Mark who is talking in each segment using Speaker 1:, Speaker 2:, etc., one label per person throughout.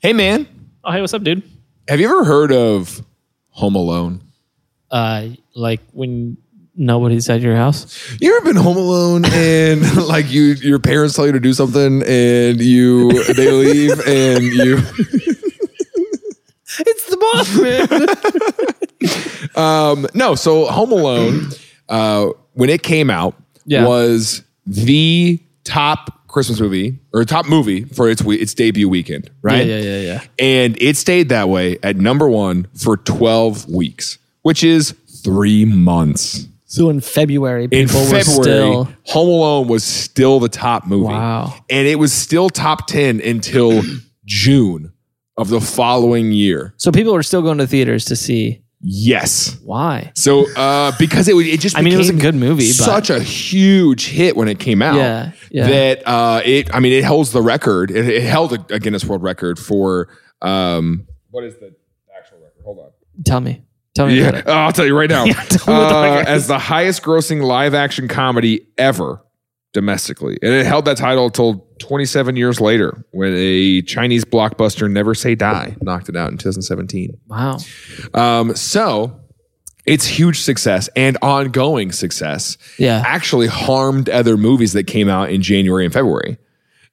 Speaker 1: Hey, man,
Speaker 2: Oh, hey, what's up, dude?
Speaker 1: have you ever heard of Home Alone?
Speaker 2: Uh, like when nobody's at your house.
Speaker 1: You ever been home alone and like you, your parents tell you to do something and you they leave and you.
Speaker 2: It's the boss, man.
Speaker 1: Um, no, so Home Alone, uh, when it came out,
Speaker 2: Yeah.
Speaker 1: was the top Christmas movie or top movie for its we- its debut weekend, right?
Speaker 2: Yeah, yeah, yeah, yeah.
Speaker 1: And it stayed that way at number one for twelve weeks, which is three months.
Speaker 2: so in February,
Speaker 1: In
Speaker 2: people
Speaker 1: February,
Speaker 2: were still.
Speaker 1: Home Alone was still the top movie,
Speaker 2: Wow.
Speaker 1: and it was still top ten until June of the following year.
Speaker 2: So people were still going to theaters to see
Speaker 1: Yes.
Speaker 2: why.
Speaker 1: So uh, because it would- it just
Speaker 2: I mean, it was a
Speaker 1: became
Speaker 2: good movie, but-
Speaker 1: such a huge hit when it came out.
Speaker 2: Yeah, yeah.
Speaker 1: That uh, it I mean it holds the record. It, it held a, a Guinness World Record for um, what is the actual record? Hold on.
Speaker 2: Tell me, tell me about
Speaker 1: Yeah,
Speaker 2: it.
Speaker 1: oh, I'll tell you right now.
Speaker 2: tell me what the
Speaker 1: Uh,
Speaker 2: record
Speaker 1: as the highest grossing live action comedy ever domestically, and it held that title until 27 years later when a Chinese blockbuster Never Say Die knocked it out in 2017.
Speaker 2: Wow.
Speaker 1: Um, so its huge success and ongoing success
Speaker 2: Yeah.
Speaker 1: actually harmed other movies that came out in January and February.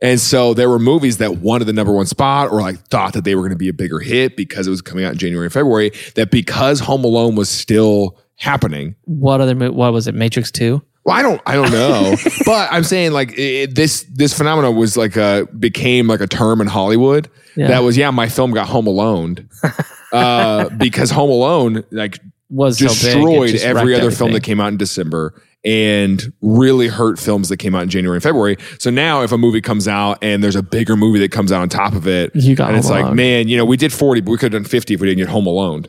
Speaker 1: And so there were movies that wanted the number one spot or like thought that they were going to be a bigger hit because it was coming out in January and February. That because Home Alone was still happening,
Speaker 2: What other? mo- What was it? Matrix Two.
Speaker 1: well, I don't, I don't know, but I'm saying like it, this, this phenomenon was like a became like a term in Hollywood
Speaker 2: Yeah.
Speaker 1: that was yeah, my film got Home Alone uh, because Home Alone like
Speaker 2: Was so big, it
Speaker 1: destroyed
Speaker 2: just
Speaker 1: every
Speaker 2: wrecked
Speaker 1: other film that
Speaker 2: everything.
Speaker 1: came out in December and really hurt films that came out in January and February. So now if a movie comes out and there's a bigger movie that comes out on top of it,
Speaker 2: You got
Speaker 1: and it's
Speaker 2: Home
Speaker 1: like,
Speaker 2: Alone.
Speaker 1: man, you know, we did 40, but we could have done 50 if we didn't get Home Alone.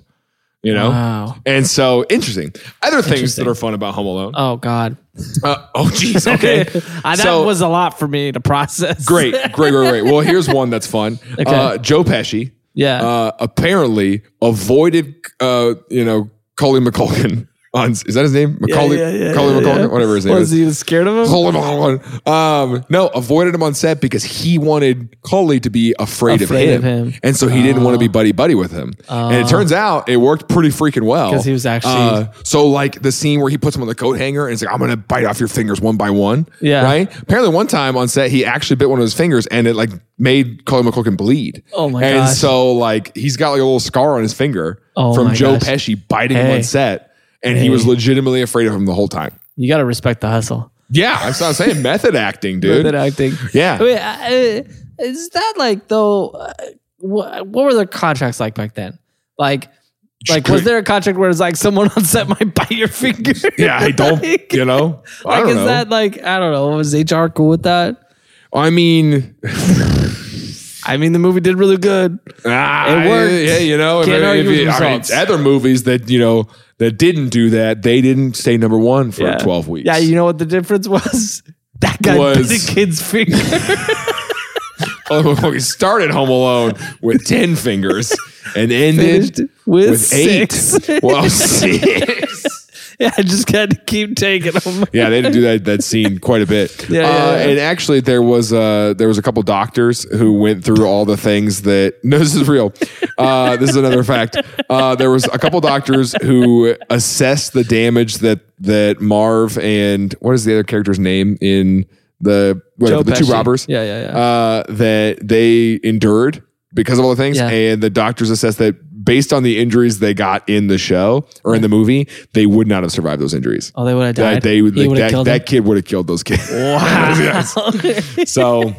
Speaker 1: You know?
Speaker 2: Wow.
Speaker 1: And so interesting. Other things
Speaker 2: Interesting.
Speaker 1: that are fun about Home Alone.
Speaker 2: Oh God.
Speaker 1: Uh, oh geez, okay.
Speaker 2: I, that
Speaker 1: So-
Speaker 2: was a lot for me to process.
Speaker 1: great, great, great, great. Well, here's one that's fun. Uh, Joe Pesci.
Speaker 2: Yeah.
Speaker 1: Uh, apparently avoided, uh, you know, Coley McCulkin. On, is that his name? Macaulay, Macaulay McCulkin, whatever his name
Speaker 2: was
Speaker 1: is.
Speaker 2: he scared of him?
Speaker 1: Coley McCulkin. Um, no, avoided him on set because he wanted Coley to be afraid,
Speaker 2: Afraid
Speaker 1: of,
Speaker 2: of
Speaker 1: him.
Speaker 2: him. Oh.
Speaker 1: and so he didn't want to be buddy buddy with him. and it turns out it worked pretty freaking well Uh,
Speaker 2: 'Cause he was actually-
Speaker 1: so like the scene where he puts him on the coat hanger and it's like I'm gonna bite off your fingers one by one.
Speaker 2: Yeah.
Speaker 1: right. Apparently, one time on set, he actually bit one of his fingers, and it like made Colin McCulkin bleed.
Speaker 2: Oh my
Speaker 1: And
Speaker 2: gosh.
Speaker 1: so like he's got like a little scar on his finger
Speaker 2: Oh
Speaker 1: from
Speaker 2: my
Speaker 1: Joe
Speaker 2: gosh.
Speaker 1: Pesci biting him
Speaker 2: Hey.
Speaker 1: on set, and he was legitimately afraid of him the whole time.
Speaker 2: You got to respect the hustle.
Speaker 1: Yeah, I'm so- I'm saying method acting, dude.
Speaker 2: Method acting.
Speaker 1: Yeah.
Speaker 2: I mean, I- I- is that like though? Uh, what, what were their contracts like back then? Like, like was there a contract where it's like someone on set might bite your finger?
Speaker 1: yeah, I don't,
Speaker 2: like,
Speaker 1: you know, I
Speaker 2: like,
Speaker 1: don't
Speaker 2: is
Speaker 1: know.
Speaker 2: that like I don't know? Was HR cool with that?
Speaker 1: I mean,
Speaker 2: I mean, the movie did really good.
Speaker 1: ah,
Speaker 2: It worked.
Speaker 1: Yeah, you know,
Speaker 2: Can't argue with
Speaker 1: I mean,
Speaker 2: results.
Speaker 1: other movies that you know that didn't do that, they didn't stay number one for 12 weeks.
Speaker 2: Yeah, you know what the difference was? That guy
Speaker 1: Was-
Speaker 2: bit the kid's finger.
Speaker 1: Oh, we started Home Alone with 10 fingers and ended
Speaker 2: Finished with,
Speaker 1: with
Speaker 2: six.
Speaker 1: eight. Well, six.
Speaker 2: yeah, I just got to keep taking them.
Speaker 1: Yeah, they didn't do that that scene quite a bit.
Speaker 2: Yeah, yeah,
Speaker 1: uh,
Speaker 2: yeah.
Speaker 1: And actually, there was uh, there was a couple doctors who went through all the things that. No, this is real. Uh, this is another fact. Uh, there was a couple doctors who assessed the damage that that Marv and what is the other character's name in the whatever, the two
Speaker 2: Pesci.
Speaker 1: robbers?
Speaker 2: Yeah, yeah, yeah.
Speaker 1: uh, that they endured because of all the things.
Speaker 2: Yeah.
Speaker 1: And the doctors assessed that based on the injuries they got in the show or in the movie, they would not have survived those injuries.
Speaker 2: Oh, they would have died.
Speaker 1: that they
Speaker 2: He
Speaker 1: would
Speaker 2: would've
Speaker 1: that,
Speaker 2: killed
Speaker 1: that kid would have killed those kids.
Speaker 2: him. Wow.
Speaker 1: so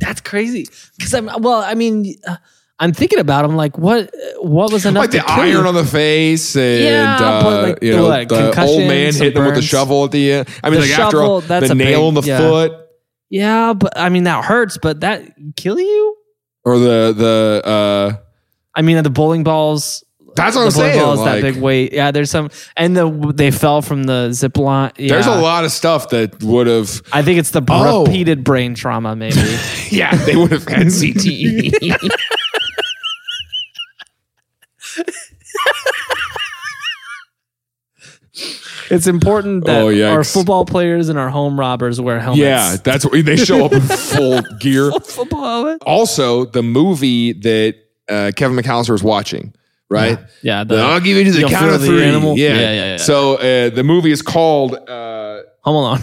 Speaker 2: That's crazy. Because I'm well. I mean, uh, I'm thinking about. I'm like, what? What was enough?
Speaker 1: like the
Speaker 2: to kill
Speaker 1: iron
Speaker 2: you?
Speaker 1: on the face and
Speaker 2: Yeah,
Speaker 1: uh,
Speaker 2: but, like,
Speaker 1: you know
Speaker 2: what,
Speaker 1: the old
Speaker 2: concussion,
Speaker 1: man
Speaker 2: some
Speaker 1: hitting him with the
Speaker 2: burns.
Speaker 1: shovel at the end. I mean,
Speaker 2: The
Speaker 1: like after all,
Speaker 2: shovel, that's
Speaker 1: the
Speaker 2: a
Speaker 1: nail in
Speaker 2: big-
Speaker 1: the
Speaker 2: yeah.
Speaker 1: foot.
Speaker 2: Yeah, but I mean that hurts. But that kill you?
Speaker 1: Or the the uh,
Speaker 2: I mean, the bowling balls.
Speaker 1: that's what
Speaker 2: the
Speaker 1: I'm
Speaker 2: bowling
Speaker 1: saying.
Speaker 2: balls
Speaker 1: like,
Speaker 2: that big weight. Yeah, there's some, and the they fell from the zip line. Yeah.
Speaker 1: There's a lot of stuff that would have
Speaker 2: I think it's the
Speaker 1: Oh.
Speaker 2: repeated brain trauma, maybe.
Speaker 1: Yeah, they would have had E CTE.
Speaker 2: it's important that
Speaker 1: Oh, yikes.
Speaker 2: our football players and our home robbers wear helmets.
Speaker 1: yeah, that's what they show up in full gear.
Speaker 2: football helmet.
Speaker 1: Also, the movie that uh, Kevin McAllister is watching, right?
Speaker 2: Yeah,
Speaker 1: Then I'll give you to the
Speaker 2: you'll
Speaker 1: count
Speaker 2: throw
Speaker 1: of
Speaker 2: the
Speaker 1: three.
Speaker 2: animal?
Speaker 1: Yeah.
Speaker 2: Yeah, yeah, yeah.
Speaker 1: So uh, the movie is called. Uh,
Speaker 2: Home Alone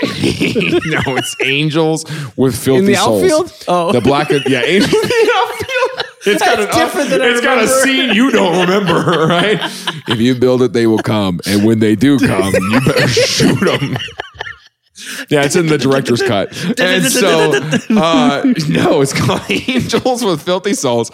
Speaker 1: no, it's Angels with Filthy Souls.
Speaker 2: Oh,
Speaker 1: The black, yeah, Angels in the outfield. It's got an
Speaker 2: That's different than I
Speaker 1: it's got a
Speaker 2: remember.
Speaker 1: scene you don't remember, right? if you build it, they will come, and when they do come, you better shoot them. Yeah, it's in the director's cut. And so, uh, no, it's called Angels with Filthy Souls.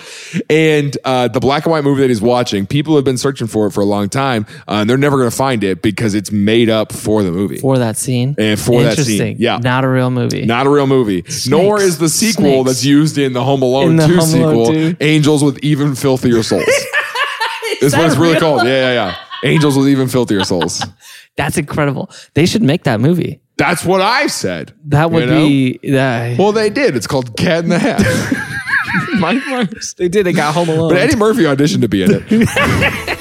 Speaker 1: And uh, the black and white movie that he's watching, people have been searching for it for a long time, uh, and they're never going to find it because it's made up for the movie.
Speaker 2: for that scene.
Speaker 1: and for that scene. Yeah.
Speaker 2: not a real movie.
Speaker 1: Not a real movie. Nor is the sequel
Speaker 2: Snakes.
Speaker 1: that's used in the Home
Speaker 2: In
Speaker 1: Alone
Speaker 2: the
Speaker 1: 2
Speaker 2: Home Alone
Speaker 1: sequel,
Speaker 2: 2.
Speaker 1: Angels with Even Filthier Souls. is what it's really
Speaker 2: real?
Speaker 1: called. Yeah, yeah, yeah. Angels with Even Filthier Souls.
Speaker 2: That's incredible. They should make that movie.
Speaker 1: That's what I said.
Speaker 2: That would
Speaker 1: You know?
Speaker 2: be that.
Speaker 1: Well, they did. It's called Cat in the Hat.
Speaker 2: Mike Myers. They did. They got Home Alone.
Speaker 1: But Eddie Murphy auditioned to be in it.